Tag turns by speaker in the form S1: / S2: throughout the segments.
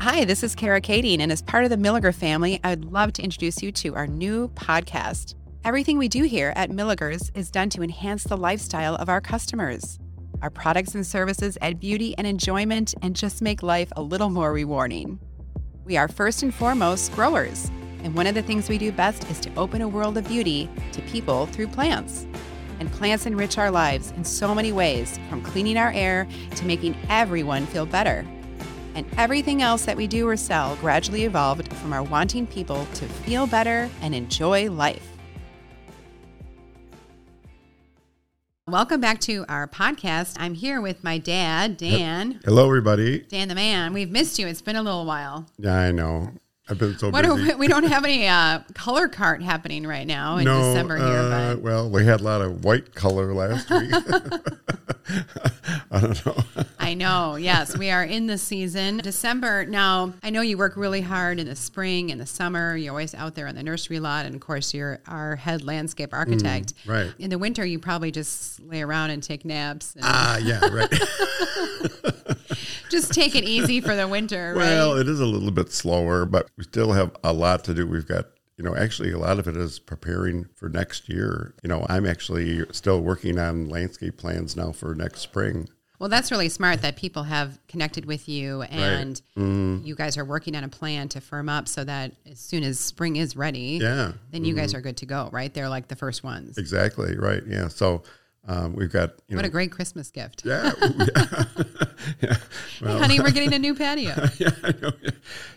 S1: Hi, this is Kara Kading, and as part of the Milliger family, I would love to introduce you to our new podcast. Everything we do here at Milliger's is done to enhance the lifestyle of our customers. Our products and services add beauty and enjoyment and just make life a little more rewarding. We are first and foremost growers, and one of the things we do best is to open a world of beauty to people through plants. And plants enrich our lives in so many ways, from cleaning our air to making everyone feel better. And everything else that we do or sell gradually evolved from our wanting people to feel better and enjoy life. Welcome back to our podcast. I'm here with my dad, Dan.
S2: Hello, everybody.
S1: Dan the man, we've missed you. It's been a little while.
S2: Yeah, I know. I've been so
S1: What are,
S2: busy.
S1: we we don't have any uh, color cart happening right now in December here,
S2: uh,
S1: but
S2: well, we had a lot of white color last week. I don't know.
S1: I know. Yes, we are in the season. December. Now, I know you work really hard in the spring and the summer. You're always out there on the nursery lot, and of course, you're our head landscape architect.
S2: Mm, right.
S1: In the winter, you probably just lay around and take naps. And
S2: Ah, yeah, right.
S1: just take it easy for the winter,
S2: well,
S1: right?
S2: it is a little bit slower, but we still have a lot to do. We've got, you know, actually a lot of it is preparing for next year. You know, I'm actually still working on landscape plans now for next spring.
S1: Well, that's really smart that people have connected with you, and
S2: Mm-hmm.
S1: you guys are working on a plan to firm up so that as soon as spring is ready,
S2: Yeah. Mm-hmm.
S1: then you guys are good to go. Right? They're like the first ones.
S2: Exactly. Right. Yeah. So um, we've got, you
S1: What
S2: know,
S1: a great Christmas gift.
S2: yeah, yeah. yeah.
S1: Hey, honey, we're getting a new patio.
S2: yeah, I know.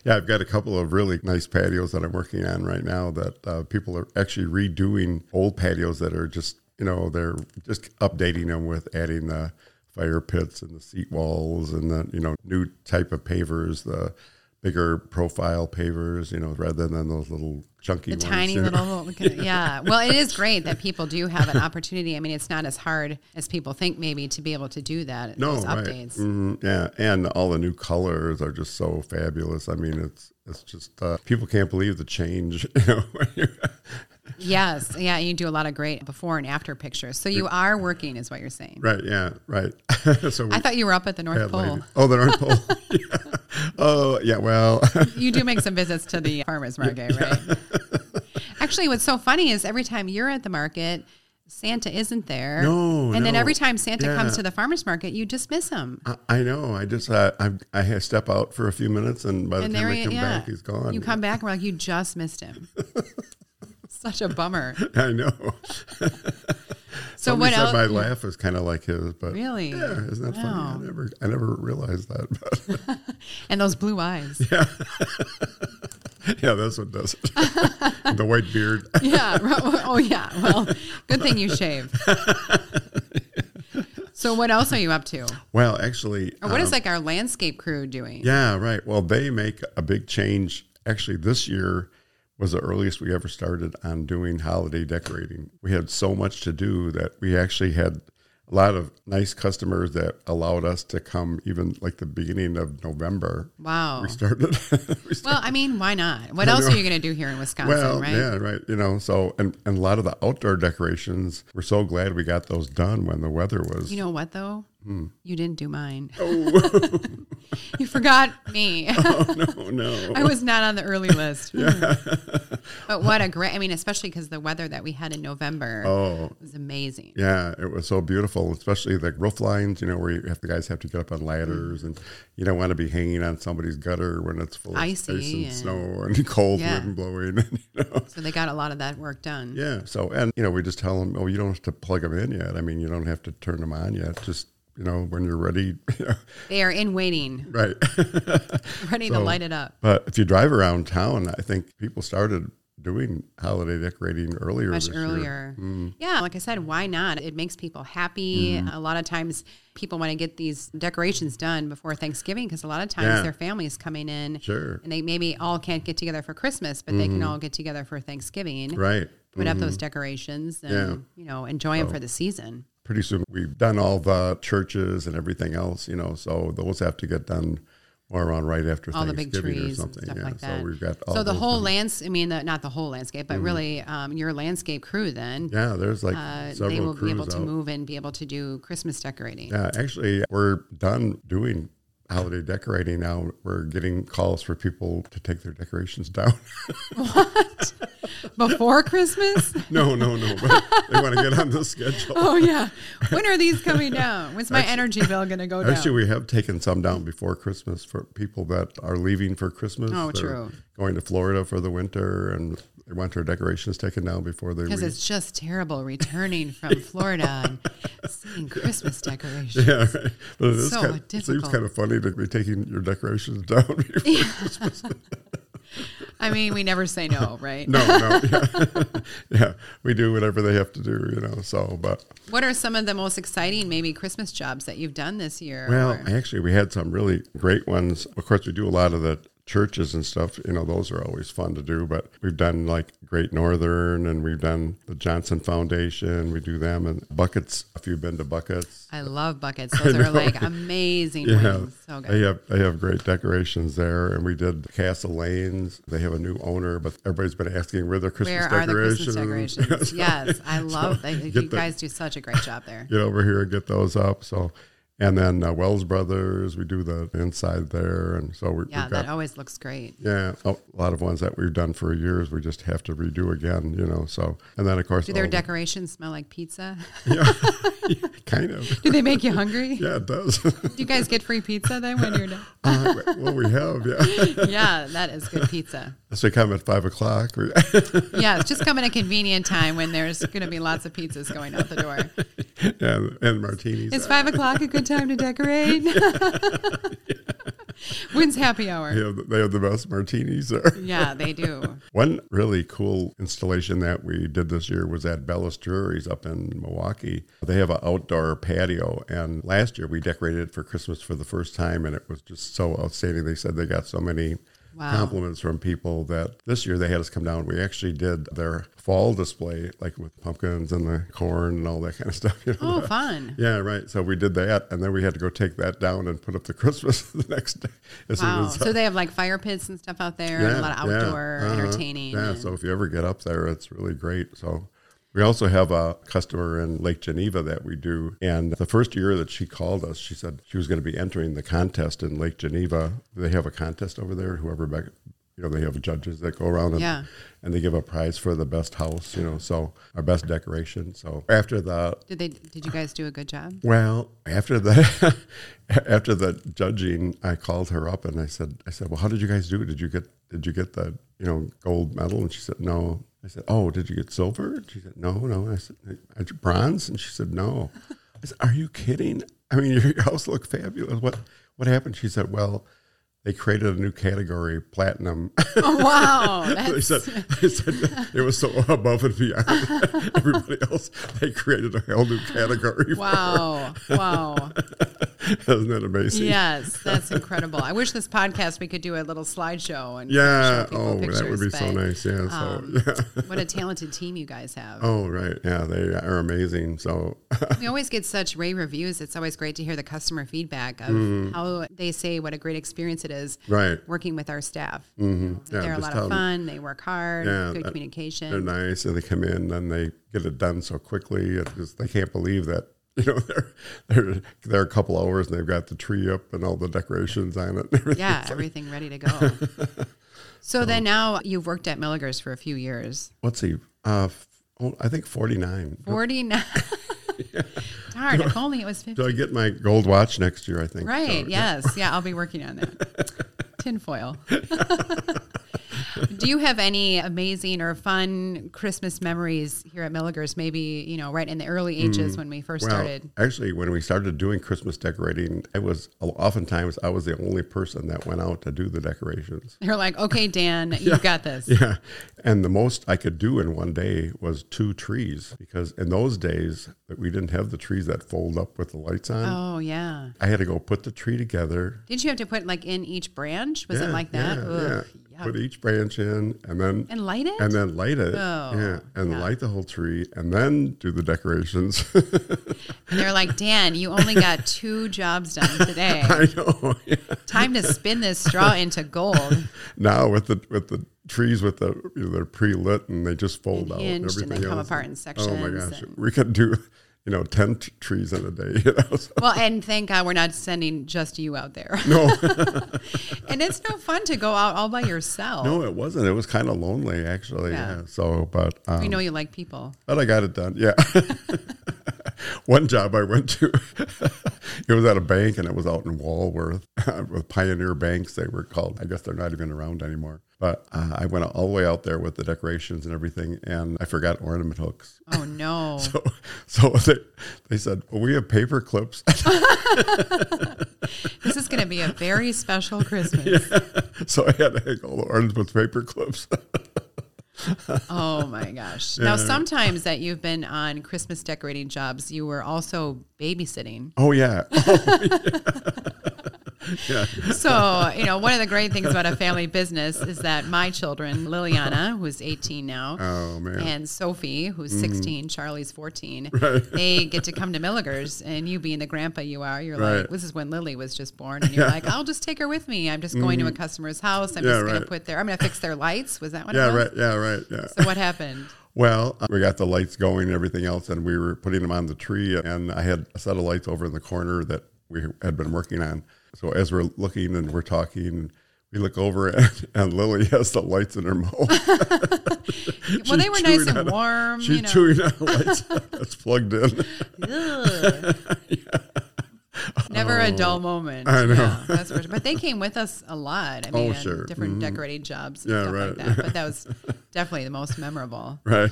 S2: Yeah, I've got a couple of really nice patios that I'm working on right now that uh, people are actually redoing old patios that are just, you know, they're just updating them with adding the fire pits and the seat walls and the, you know, new type of pavers, the bigger profile pavers, you know, rather than those little chunky ones.
S1: tiny
S2: you know.
S1: little yeah. well it is great that people do have an opportunity i mean it's not as hard as people think maybe to be able to do that
S2: No,
S1: those
S2: right.
S1: updates
S2: Mhm, yeah, and all the new colors are just so fabulous. I mean, it's it's just uh, people can't believe the change. You know, when you-
S1: yes yeah you do a lot of great before and after pictures so you are working is what you're saying
S2: Right. Yeah. Right. so we
S1: i thought you were up at the north
S2: had
S1: pole
S2: lady- Oh, the North Pole. yeah. Oh, yeah. Well,
S1: you do make some visits to the farmers market right actually what's so funny is every time you're at the market Santa isn't there.
S2: No,
S1: and then
S2: no.
S1: every time Santa comes
S2: Yeah.
S1: to the farmers market, you just miss him.
S2: I, I know. I just uh, I I ha- step out for a few minutes, and by the
S1: And
S2: time
S1: there
S2: I
S1: he,
S2: come
S1: yeah.
S2: back, he's gone.
S1: You come back and we're like, you just missed him. Such a bummer.
S2: I know.
S1: So
S2: Somebody
S1: what
S2: said
S1: else?
S2: My laugh is kind of like his, but
S1: Really?
S2: yeah, isn't that
S1: Wow.
S2: funny? I never I never realized that. But
S1: And those blue eyes.
S2: yeah, that's what does it. the white beard.
S1: yeah. ro- Oh yeah. Well, good thing you shave. so what else are you up to?
S2: Well, actually,
S1: Or what is like our landscape crew doing?
S2: Um, Yeah, right. Well, they make a big change. Actually, this year was the earliest we ever started on doing holiday decorating. We had so much to do that we actually had a lot of nice customers that allowed us to come even like the beginning of November.
S1: Wow.
S2: We started. we started
S1: Well, I mean, why not? What else are you going to do here in Wisconsin,
S2: well,
S1: right?
S2: yeah, right. You know, so and, and a lot of the outdoor decorations, we're so glad we got those done when the weather was.
S1: You know what though?
S2: Hmm.
S1: You didn't do mine. you forgot me.
S2: oh no.
S1: I was not on the early list. Hmm. but what a great, I mean, especially because the weather that we had in November was amazing.
S2: Oh. Yeah, it was so beautiful, especially the roof lines, you know, where you have the guys have to get up on ladders
S1: Mm-hmm.
S2: and you don't want to be hanging on somebody's gutter when it's full of ice
S1: Icy
S2: and
S1: and-
S2: snow and cold
S1: Yeah.
S2: wind blowing. you know.
S1: So they got a lot of that work done.
S2: Yeah. So, and, you know, we just tell them, oh, you don't have to plug them in yet. I mean, you don't have to turn them on yet. Just, you know, when you're ready. you know.
S1: They are in waiting,
S2: right.
S1: ready to light it up.
S2: but if you drive around town, I think people started doing holiday decorating earlier.
S1: Much
S2: this year.
S1: earlier.
S2: Mm.
S1: Yeah, like I said, why not? It makes people happy. A lot of times people want to get these decorations done before Thanksgiving because a lot of times
S2: Yeah.
S1: their family is coming in
S2: Sure. Mm-hmm.
S1: and they maybe all can't get together for Christmas, but they can all get together for Thanksgiving,
S2: Right. Mm-hmm.
S1: put up those decorations and, you know, enjoy them for the season.
S2: pretty soon we've done all the churches and everything else, you know, so those have to get done more around right after
S1: all the big
S2: Thanksgiving or
S1: trees and
S2: something.
S1: stuff
S2: yeah.
S1: like that.
S2: So we've got all
S1: So the
S2: those- Mm-hmm.
S1: whole lands. I mean, the, not the whole landscape, but really um, your landscape crew. Then
S2: Yeah, there's like
S1: uh,
S2: several
S1: they will
S2: crews
S1: be able to
S2: out.
S1: move and be able to do Christmas decorating.
S2: Yeah, actually we're done doing holiday decorating now we're getting calls for people to take their decorations down
S1: What? Before Christmas?
S2: no no no but they want to get on the schedule
S1: Oh yeah. When are these coming down? When's my energy bill going to go down?
S2: Actually, we have taken some down before Christmas for people that are leaving for Christmas.
S1: Oh,
S2: They're
S1: true.
S2: Going to Florida for the winter, and they want their decorations taken down before they
S1: Because
S2: leave.
S1: it's just terrible returning from Florida and seeing Christmas decorations.
S2: Yeah, right. but it is
S1: so
S2: kind of, it seems
S1: difficult.
S2: kind of funny to be taking your decorations down. before-
S1: I mean, we never say no, right?
S2: no, no, yeah. yeah, we do whatever they have to do, you know. So, but
S1: What are some of the most exciting, maybe Christmas jobs that you've done this year?
S2: Well,
S1: Or-
S2: actually, we had some really great ones. Of course, we do a lot of the churches and stuff. You know, those are always fun to do. But we've done like Great Northern, and we've done the Johnson Foundation. We do them and buckets. If you've been to buckets,
S1: I love buckets. Those are like amazing
S2: yeah,
S1: wings. So good.
S2: they have they have great decorations there. And we did Castle Lanes. They have a new owner, but everybody's been asking where their Christmas
S1: Where are the
S2: decorations.
S1: Christmas decorations? yes, I love that. You
S2: get the-
S1: guys do such a great job there.
S2: get over here and get those up. So. And then uh, Wells Brothers, we do the inside there, and so we,
S1: Yeah,
S2: we've got
S1: that always looks great.
S2: Yeah, a lot of ones that we've done for years, we just have to redo again, you know. So, and then of course,
S1: Do their
S2: all the-
S1: decorations smell like pizza?
S2: kind of,
S1: do they make you hungry?
S2: yeah, it does.
S1: Do you guys get free pizza then when you're done?
S2: Uh, well, we have, yeah.
S1: Yeah, that is good pizza.
S2: So we come at five o'clock. We,
S1: Yeah, it's just come at a convenient time when there's going to be lots of pizzas going out the door.
S2: and, and martinis.
S1: Is five o'clock a good time to decorate? When's happy
S2: they
S1: hour?
S2: have, they have the best martinis there.
S1: Yeah, they do.
S2: One really cool installation that we did this year was at Bellis Drury's up in Milwaukee. They have an outdoor patio, and last year we decorated it for Christmas for the first time, and it was just so outstanding. They said they got so many
S1: Wow.
S2: compliments from people that this year they had us come down. We actually did their fall display, like with pumpkins and the corn and all that kind of stuff. You know?
S1: Oh, fun.
S2: Yeah, right. So we did that, and then we had to go take that down and put up the Christmas the next day. as soon
S1: Wow.
S2: as-
S1: So they have like fire pits and stuff out there and a lot of outdoor
S2: uh-huh.
S1: entertaining.
S2: Yeah,
S1: and-
S2: so if you ever get up there, it's really great. So we also have a customer in Lake Geneva that we do. And the first year that she called us, she said she was going to be entering the contest in Lake Geneva. They have a contest over there. Whoever back, you know, they have judges that go around and,
S1: Yeah.
S2: and they give a prize for the best house, you know, so our best decoration. So after the
S1: did they? Did you guys do a good job?
S2: well, after the after the judging, I called her up and I said, I said, well, how did you guys do? Did you get did you get the you know gold medal? And she said, no. I said, oh, did you get silver? And she said, no, no. I said, I did bronze, and she said, no. I said, are you kidding? I mean, your house looked fabulous. What what happened? She said, well. They created a new category, platinum.
S1: Oh, wow.
S2: they
S1: That's,
S2: said, they said it was so above and beyond everybody else. They created a whole new category. for
S1: wow. Wow.
S2: Isn't that amazing?
S1: Yes, that's incredible. I wish this podcast we could do a little slideshow and show
S2: Yeah.
S1: people
S2: Oh, that would
S1: pictures,
S2: be so
S1: but,
S2: nice. Yeah.
S1: um,
S2: so, yeah.
S1: what a talented team you guys have.
S2: Oh, right. Yeah. They are amazing. So,
S1: We always get such rave reviews. It's always great to hear the customer feedback of how they say what a great experience it is
S2: Mm-hmm. right. Mm-hmm.
S1: working with our staff.
S2: Yeah,
S1: They're a
S2: just
S1: lot
S2: tell
S1: of
S2: them
S1: fun. They work hard.
S2: Yeah,
S1: good
S2: that- They're
S1: communication.
S2: nice and they come in and they get it done so quickly. It's just, they can't believe that. You know, they're, they're, they're a couple hours and they've got the tree up and all the decorations on it. and everything.
S1: yeah, everything ready to go.
S2: Oh.
S1: so then now you've worked at Milliger's for a few years.
S2: Let's see. Uh, f- oh, I think 49.
S1: 49. Darn, if only it was 50.
S2: So I get my gold watch next year, I think.
S1: Right.
S2: So,
S1: yes. Yeah. I'll be working on that. Tinfoil. Do you have any amazing or fun Christmas memories here at Milliger's? Maybe, you know, right in the early ages
S2: Mm,
S1: when we first started.
S2: Actually, when we started doing Christmas decorating, I was oftentimes I was the only person that went out to do the decorations.
S1: They're like, okay, Dan, you've got this.
S2: Yeah, and the most I could do in one day was two trees because in those days that we didn't have the trees that fold up with the lights on.
S1: Oh, yeah.
S2: I had to go put the tree together.
S1: Did you have to put like in each branch? Was it
S2: Yeah,
S1: like that?
S2: yeah,
S1: Ugh,
S2: yeah.
S1: yuck.
S2: Put each branch in, and then
S1: And light it?
S2: and then light it.
S1: Oh,
S2: yeah, and light the whole tree, and then do the decorations.
S1: And they're like, Dan, you only got two jobs done today.
S2: I know. Yeah.
S1: Time to spin this straw into gold.
S2: now with the with the trees with the you know, they're pre lit and they just fold out
S1: hinged and they
S2: everything
S1: come
S2: else.
S1: apart in
S2: Oh my
S1: sections
S2: gosh,
S1: and-
S2: we could do you know, 10 t- trees in a day. You know? so-
S1: Well, and thank God we're not sending just you out there.
S2: no,
S1: and it's no fun to go out all by yourself.
S2: no, it wasn't. It was kind of lonely, actually.
S1: Yeah.
S2: Yeah. So, but um,
S1: We know you like people.
S2: But I got it done. Yeah. One job I went to, it was at a bank and it was out in Walworth with Pioneer Banks, they were called. I guess they're not even around anymore. But uh, I went all the way out there with the decorations and everything, and I forgot ornament hooks.
S1: Oh no.
S2: So, so they, they said, well, We have paper clips.
S1: this is going to be a very special Christmas.
S2: so I had to hang all the ornaments with paper clips.
S1: Oh my gosh. Now, sometimes that you've been on Christmas decorating jobs, you were also babysitting.
S2: oh, yeah.
S1: So, you know, one of the great things about a family business is that my children, Liliana, who's 18 now,
S2: Oh, man. Mm-hmm.
S1: and Sophie, who's 16, Charlie's 14, they get to come to Milliger's. And you, being the grandpa you are, you're like,
S2: Right.
S1: this is when Lily was just born. And you're like, I'll just take her with me. I'm just going to a customer's house. I'm
S2: Mm-hmm. Yeah,
S1: just going to
S2: right.
S1: put their, I'm going to fix their lights. Was that what
S2: yeah,
S1: it was?
S2: right. Yeah, right. Yeah.
S1: So, what happened?
S2: Well, uh, we got the lights going and everything else, and we were putting them on the tree. And I had a set of lights over in the corner that we had been working on. So as we're looking and we're talking, we look over and, and Lily has the lights in her mouth.
S1: well, they were nice
S2: chewing
S1: and
S2: on it.
S1: warm.
S2: She's
S1: you know.
S2: chewing on lights that's plugged in.
S1: Ugh. Never a dull moment.
S2: Oh, I know.
S1: Yeah, that's for sure. But they came with us a lot. I mean,
S2: Oh,
S1: on
S2: sure.
S1: different decorating jobs and
S2: Yeah,
S1: stuff
S2: right.
S1: like that. But that was definitely the most memorable.
S2: Right.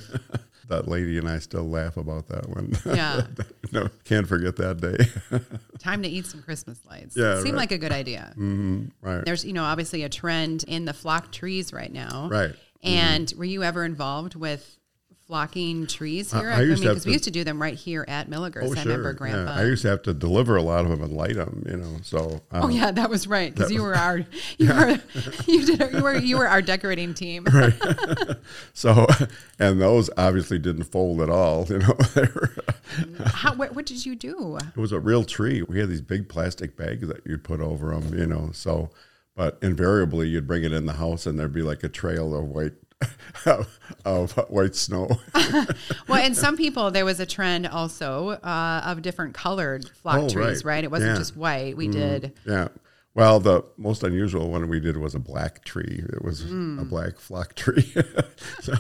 S2: That lady and I still laugh about that one.
S1: Yeah.
S2: no, can't forget that day.
S1: Time to eat some Christmas lights.
S2: Yeah,
S1: Seemed
S2: right. Mm.
S1: like a good idea.
S2: right.
S1: There's, you know, obviously a trend in the flock trees right now.
S2: Right. Mm-hmm.
S1: And were you ever involved with flocking trees here?
S2: I used to have
S1: because we
S2: to-
S1: used to do them right here at Milliger's. I remember
S2: Oh, Yeah.
S1: Grandpa.
S2: I used to have to deliver a lot of them and light them, you know. So, um,
S1: Oh yeah, that was right because you were our you were you did you were you were our decorating team.
S2: So, and those obviously didn't fold at all. You know, they were,
S1: How, what, what did you do?
S2: it was a real tree. We had these big plastic bags that you'd put over them. You know, so but invariably you'd bring it in the house and there'd be like a trail of white of white snow.
S1: Well, and some people there was a trend also uh, of different colored flock
S2: Oh,
S1: trees, right?
S2: right.
S1: It wasn't
S2: Yeah. Mm.
S1: just white. We did
S2: yeah. Well, the most unusual one we did was a black tree. It was a black flock tree. so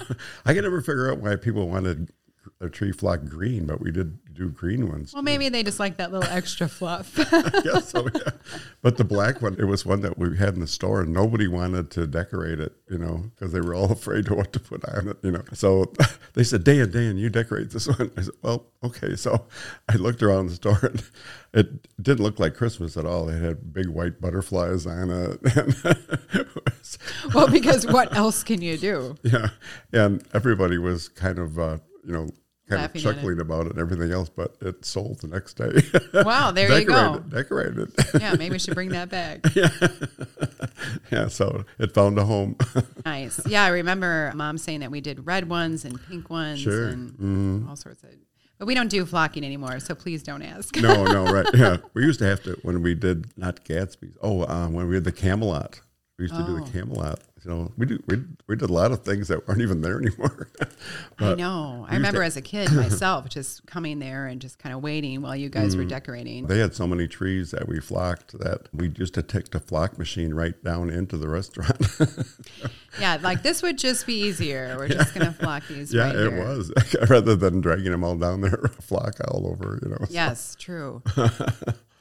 S2: I can never figure out why people wanted a tree flock green, but we did do green ones.
S1: well, maybe they just like that little extra fluff.
S2: yeah, so oh, yeah. But the black one, it was one that we had in the store, and nobody wanted to decorate it, you know, because they were all afraid of what to put on it, you know. So they said, Dan, Dan, you decorate this one. I said, well, okay. So I looked around the store, and it didn't look like Christmas at all. It had big white butterflies on it. And
S1: well, because what else can you do?
S2: yeah, and everybody was kind of, uh, you know, kind
S1: Laughing
S2: of
S1: at it.
S2: chuckling about it and everything else, but it sold the next day.
S1: Wow, there you go.
S2: Decorated, decorated.
S1: Yeah, maybe we should bring that back.
S2: Yeah, so it found a home.
S1: Nice. Yeah, I remember mom saying that we did red ones and pink ones
S2: Sure. Mm-hmm.
S1: and all sorts of. But we don't do flocking anymore, so please don't ask.
S2: No, no, right. Yeah. We used to have to, when we did, not Gatsby's, oh, um, when we had the Camelot. We used to do
S1: Oh.
S2: the Camelot. You know, we, do, we, we did a lot of things that aren't even there anymore.
S1: I know. I remember as a kid myself just coming there and just kind of waiting while you guys were
S2: Mm.
S1: decorating.
S2: they had so many trees that we flocked that we used to take the flock machine right down into the restaurant.
S1: Yeah, like this would just be easier. We're just gonna flock these.
S2: yeah,
S1: right
S2: it
S1: here.
S2: was. Rather than dragging them all down there, flock all over, you know.
S1: Yes, true.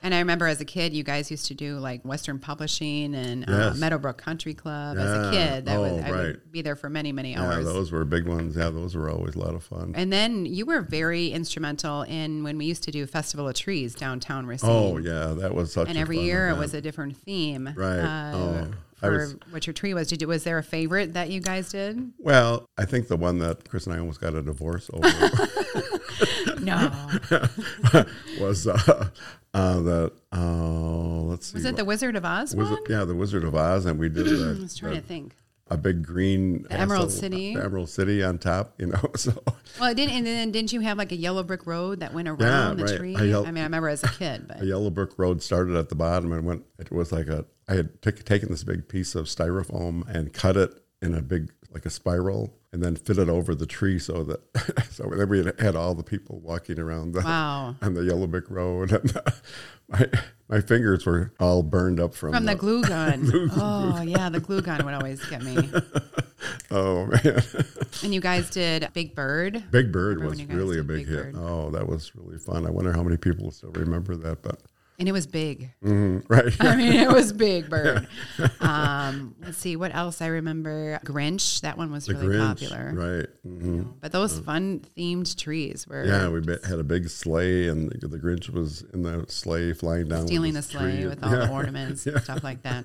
S1: and I remember as a kid, you guys used to do like Western Publishing and uh,
S2: Yes.
S1: Meadowbrook Country Club. As a
S2: Yeah.
S1: kid, that was
S2: Oh,
S1: I would
S2: right.
S1: be there for many many
S2: Yeah,
S1: hours.
S2: those were big ones. Yeah, those were always a lot of fun.
S1: and then you were very instrumental in when we used to do Festival of Trees downtown Racine.
S2: Oh, yeah, that was such
S1: and
S2: a
S1: every
S2: fun
S1: year it
S2: event.
S1: was a different theme.
S2: Right.
S1: Uh,
S2: Oh, I
S1: for
S2: was-
S1: what your tree was. Did you, was there a favorite that you guys did?
S2: Well, I think the one that Chris and I almost got a divorce over
S1: No.
S2: was uh, uh, that. Uh, let's see.
S1: Was it
S2: what-
S1: the Wizard of Oz
S2: was
S1: one?
S2: it- yeah, the Wizard of Oz, and we did
S1: I was
S2: a,
S1: trying to think.
S2: a big green
S1: Emerald
S2: castle-
S1: City.
S2: the Emerald City on top, you know. So
S1: Well, it didn't. And then didn't you have like a yellow brick road that went around the
S2: right.
S1: tree? I,
S2: I yell-
S1: mean, I remember as a kid, but
S2: the Yellow Brick Road started at the bottom and went. It was like a. I had t- taken this big piece of styrofoam and cut it in a big like a spiral and then fit it over the tree so that so then we had all the people walking around the
S1: Wow.
S2: on the yellow brick road and my my fingers were all burned up from,
S1: From the glue gun. oh, yeah, the glue gun would always get me.
S2: oh man
S1: And you guys did Big Bird.
S2: Big
S1: Remember
S2: Bird
S1: when
S2: was
S1: you guys
S2: really a
S1: did
S2: big,
S1: Big
S2: hit
S1: Bird?
S2: oh that was really fun I wonder how many people still remember that but
S1: And it was big.
S2: mm, right
S1: I mean, it was Big Bird. Um, let's see, what else I remember? Grinch. That one was really
S2: Grinch,
S1: popular.
S2: right hmm
S1: But those fun themed trees were
S2: yeah we be- had a big sleigh and the, the Grinch was in the sleigh flying down with
S1: stealing the
S2: his
S1: sleigh
S2: tree.
S1: with all the ornaments and stuff like that.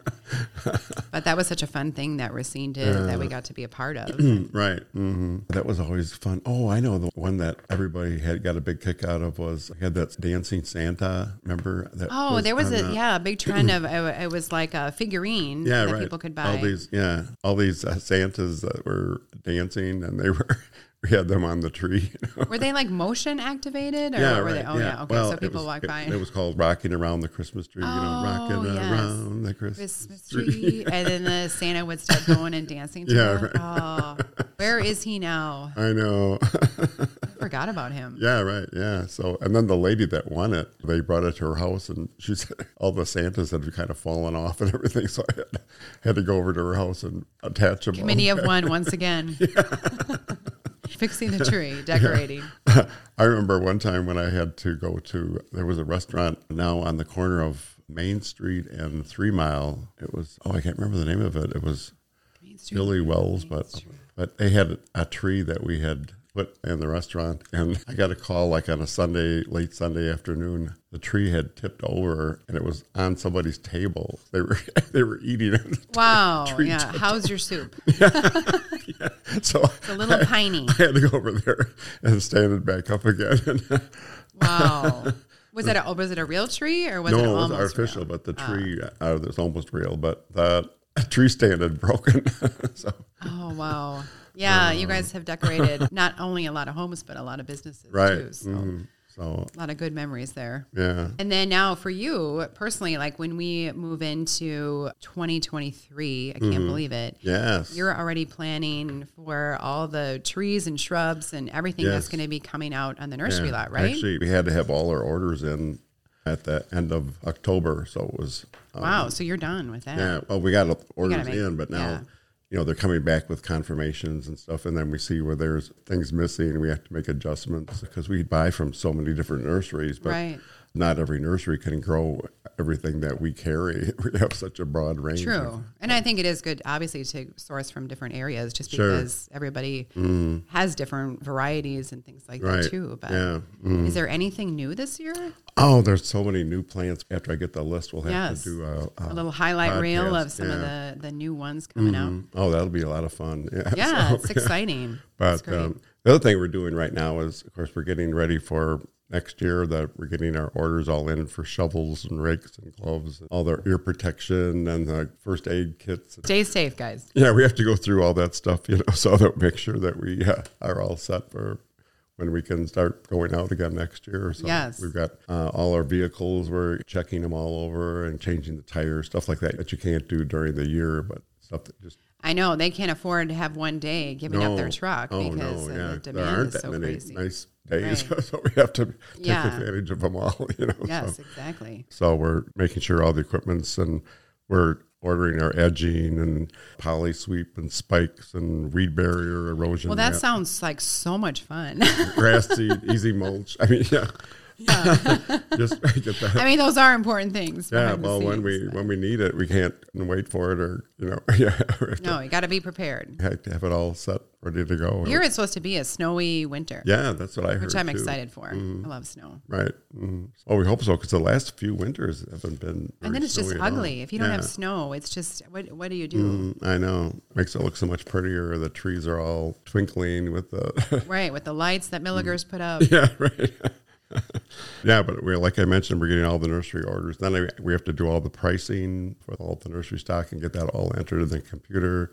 S1: but that was such a fun thing that Racine did that we got to be a part of.
S2: Right. hmm That was always fun. Oh, I know the one that everybody had got a big kick out of was I had that dancing Santa. Remember that?
S1: Oh, there was
S2: on,
S1: a
S2: uh,
S1: yeah, a big trend of it it was like a figurine
S2: yeah,
S1: that
S2: right.
S1: people could
S2: All
S1: buy.
S2: these, yeah, all these uh, Santas that were dancing, and they were we had them on the tree. You know?
S1: Were they like motion activated, or were they? Oh yeah, okay.
S2: Well,
S1: so
S2: it
S1: people
S2: was-
S1: walk
S2: it-
S1: by.
S2: It, was called "Rocking Around the Christmas Tree." you know,
S1: Oh,
S2: rocking
S1: yes.
S2: around the Christmas,
S1: Christmas
S2: tree.
S1: tree, and then the Santa would start going and dancing. To
S2: Yeah,
S1: it. Oh, where is he now?
S2: I know.
S1: I forgot about him.
S2: Yeah, right. Yeah. So, and then the lady that won it, they brought it to her house, and she said all the Santas had kind of fallen off and everything. So I had, had to go over to her house and attach them. all.
S1: Many of one once again. Fixing the tree, decorating.
S2: I remember one time when I had to go to there was a restaurant now on the corner of Main Street and Three Mile. It was oh I can't remember the name of it. It was
S1: Main Street.
S2: Billy Wells, but but they had a tree that we had put in the restaurant, and I got a call like on a Sunday, late Sunday afternoon. The tree had tipped over, and it was on somebody's table. They were they were eating it,
S1: Wow.
S2: Tree
S1: yeah. How's your soup?
S2: so
S1: A little piney.
S2: I had to go over there and stand it back up again. And
S1: Wow. Was that a, oh, was it a real tree or was it
S2: no, it
S1: almost
S2: was artificial,
S1: real? Ah.
S2: but the tree uh, it was almost real, but the tree stand had broken. so
S1: Oh wow. Yeah,
S2: Um,
S1: you guys have decorated not only a lot of homes but a lot of businesses
S2: right,
S1: too. So
S2: mhm. so
S1: a lot of good memories there.
S2: yeah.
S1: And then now for you personally, like when we move into 2023, I can't believe it.
S2: Mm-hmm. Yes.
S1: You're already planning for all the trees and shrubs and everything that's
S2: Yes.
S1: going to be coming out on the nursery
S2: Yeah.
S1: lot, right?
S2: Actually, we had to have all our orders in at the end of October, so it was. Um,
S1: wow. So you're done with that.
S2: Yeah, well, we got orders
S1: make-
S2: in, but now
S1: yeah.
S2: you know they're coming back with confirmations and stuff, and then we see where there's things missing, and we have to make adjustments because we buy from so many different nurseries, but.
S1: Right.
S2: Not every nursery can grow everything that we carry. We have such a broad range. of-
S1: True. And I think it is good, obviously, to source from different areas just
S2: Sure. Mm.
S1: because everybody has different varieties and things like
S2: Right.
S1: that, too. But
S2: Yeah. Mm.
S1: is there anything new this year?
S2: Oh, there's so many new plants. After I get the list, we'll have
S1: Yes.
S2: to do a,
S1: A little highlight reel
S2: podcast,
S1: of some
S2: yeah.
S1: of the, the new ones coming out.
S2: Oh, that'll be a lot of fun. Yeah.
S1: Yeah, it's exciting. It's
S2: But
S1: great.
S2: um, the other thing we're doing right now is, of course, we're getting ready for next year. That we're getting our orders all in for shovels and rakes and gloves, and all their ear protection and the first aid kits.
S1: Stay safe, guys.
S2: Yeah, we have to go through all that stuff, you know, so that we make sure that we uh, are all set for when we can start going out again next year. So
S1: Yes.
S2: we've got uh, all our vehicles. We're checking them all over and changing the tires, stuff like that that you can't do during the year, but stuff that just
S1: I know they can't afford to have one day giving up their truck because uh, the
S2: Oh, There
S1: demand
S2: aren't
S1: is
S2: that
S1: so
S2: many
S1: crazy.
S2: nice days, so we have to take
S1: Yeah.
S2: advantage of them all. You know,
S1: Yes,
S2: so,
S1: exactly.
S2: so we're making sure all the equipments and we're ordering our edging and poly sweep and spikes and weed barrier erosion.
S1: Well, that
S2: mat,
S1: sounds like so much fun.
S2: grass seed, easy mulch. I mean, yeah, just get that.
S1: I mean, those are important things.
S2: yeah,
S1: behind the
S2: well, when
S1: scenes,
S2: we
S1: but-
S2: when we need it, we can't wait for it, or you know, yeah, we have to-
S1: no, you got to be prepared.
S2: have to have it all set, ready to go.
S1: Here it's supposed to be a snowy winter,
S2: yeah, Mm-hmm. that's what I heard.
S1: which I'm
S2: too.
S1: excited for. I love snow.
S2: Right. Mm. Oh, we hope so because the last few winters haven't been.
S1: And then
S2: very
S1: it's just
S2: snowy at all.
S1: ugly. If you don't
S2: Yeah.
S1: have snow, it's just what what do you do?
S2: Mm, I know. Makes it look so much prettier. The trees are all twinkling with the.
S1: Right, with the lights that Milligers put up.
S2: Mm. yeah, right. yeah, but we're like I mentioned, we're getting all the nursery orders. Then I, we have to do all the pricing for all the nursery stock and get that all entered in the computer.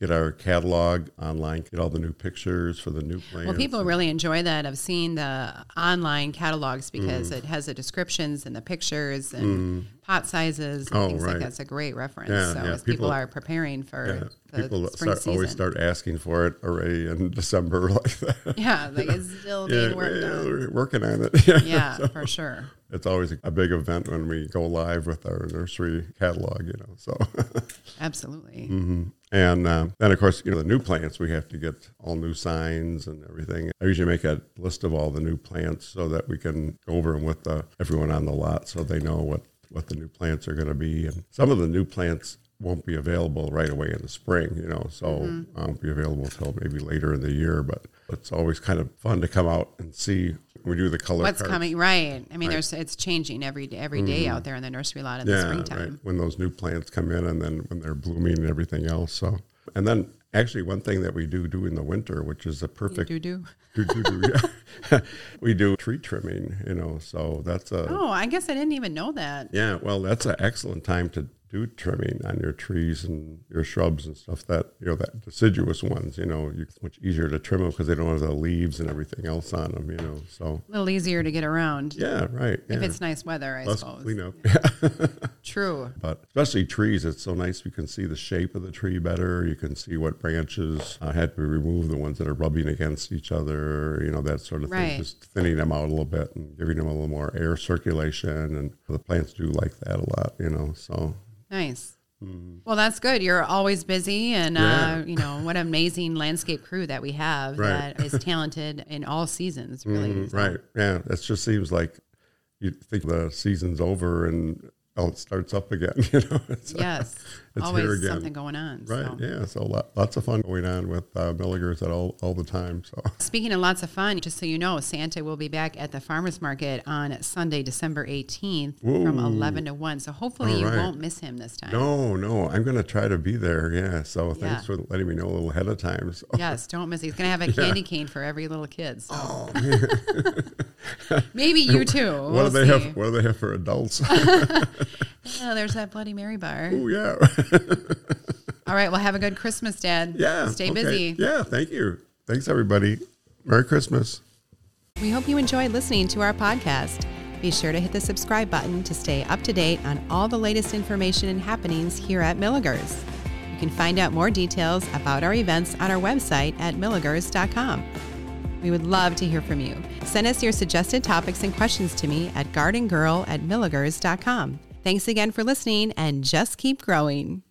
S2: get our catalog online, get all the new pictures for the new plants.
S1: Well, people really enjoy that. I've seen the online catalogs because
S2: Mm.
S1: it has the descriptions and the pictures and pot sizes and
S2: Oh,
S1: things like
S2: right.
S1: that. It's a great reference.
S2: Yeah,
S1: so
S2: yeah,
S1: as people,
S2: people-
S1: are preparing for
S2: Yeah,
S1: the
S2: people
S1: spring
S2: start,
S1: season.
S2: always start asking for it already in December like that.
S1: Yeah, like it's still
S2: Yeah,
S1: being worked
S2: yeah,
S1: on.
S2: we're working on it. Yeah.
S1: Yeah, for sure.
S2: It's always a big event when we go live with our nursery catalog, you know. So,
S1: Absolutely.
S2: and um, then of course, you know, the new plants, we have to get all new signs and everything. I usually make a list of all the new plants so that we can go over them with the, everyone on the lot so they know what, what the new plants are going to be. And some of the new plants won't be available right away in the spring, you know, so
S1: Mm-hmm.
S2: won't be available till maybe later in the year. But it's always kind of fun to come out and see. We do the color
S1: What's
S2: cards.
S1: coming? Right. I mean, there's it's changing every day- every day
S2: Mm-hmm.
S1: out there in the nursery lot in the springtime.
S2: When those new plants come in and then when they're blooming and everything else. So, and then actually, one thing that we do do in the winter, which is a perfect.
S1: Do do.
S2: do, do, do, yeah. we do tree trimming, you know, so that's a.
S1: Oh, I guess I didn't even know that.
S2: Yeah, well, that's an excellent time to do trimming on your trees and your shrubs and stuff that, you know, that deciduous ones, you know, you, much easier to trim them because they don't have the leaves and everything else on them, you know. So,
S1: A little easier to get around
S2: yeah, right. Yeah.
S1: if it's nice weather, I
S2: Plus
S1: suppose.
S2: clean up.
S1: True.
S2: But especially trees, it's so nice. You can see the shape of the tree better. You can see what branches uh, had to be removed, the ones that are rubbing against each other, you know, that sort of
S1: Right.
S2: thing. Just thinning them out a little bit and giving them a little more air circulation. And the plants do like that a lot, you know. So,
S1: Nice. Well, that's good. You're always busy, and
S2: Mm-hmm. Yeah.
S1: uh, you know what an amazing landscape crew that we have
S2: Right. Mm-hmm.
S1: that is talented in all seasons. Really,
S2: Mm, right. Yeah. It just seems like you think the season's over and oh, it starts up again, you know. It's,
S1: yes,
S2: here
S1: always
S2: again.
S1: something going on.
S2: Right,
S1: So.
S2: yeah. So lot, lots of fun going on with uh, Milligers at all, all the time. So
S1: Speaking of lots of fun, just so you know, Santa will be back at the farmers market on Sunday, December 18th from 11 to 1. So hopefully you
S2: right.
S1: won't miss him this time.
S2: No, no, I'm going to try to be there. Yeah. So
S1: Yeah.
S2: thanks for letting me know a little ahead of time. So,
S1: Yes, don't miss it. He's going to have a candy cane for every little kid. So. Maybe you too. We'll
S2: Oh, what do they
S1: see.
S2: have? What do they have for adults?
S1: Yeah, there's that Bloody Mary bar.
S2: oh yeah,
S1: All right. Well, have a good Christmas, Dad.
S2: yeah.
S1: Stay
S2: okay.
S1: busy.
S2: Yeah. Thank you. Thanks everybody. Merry Christmas.
S1: We hope you enjoyed listening to our podcast. Be sure to hit the subscribe button to stay up to date on all the latest information and happenings here at Milligers. You can find out more details about our events on our website at milligers.com. We would love to hear from you. Send us your suggested topics and questions to me at gardengirl at milligers.com. Thanks again for listening and just keep growing.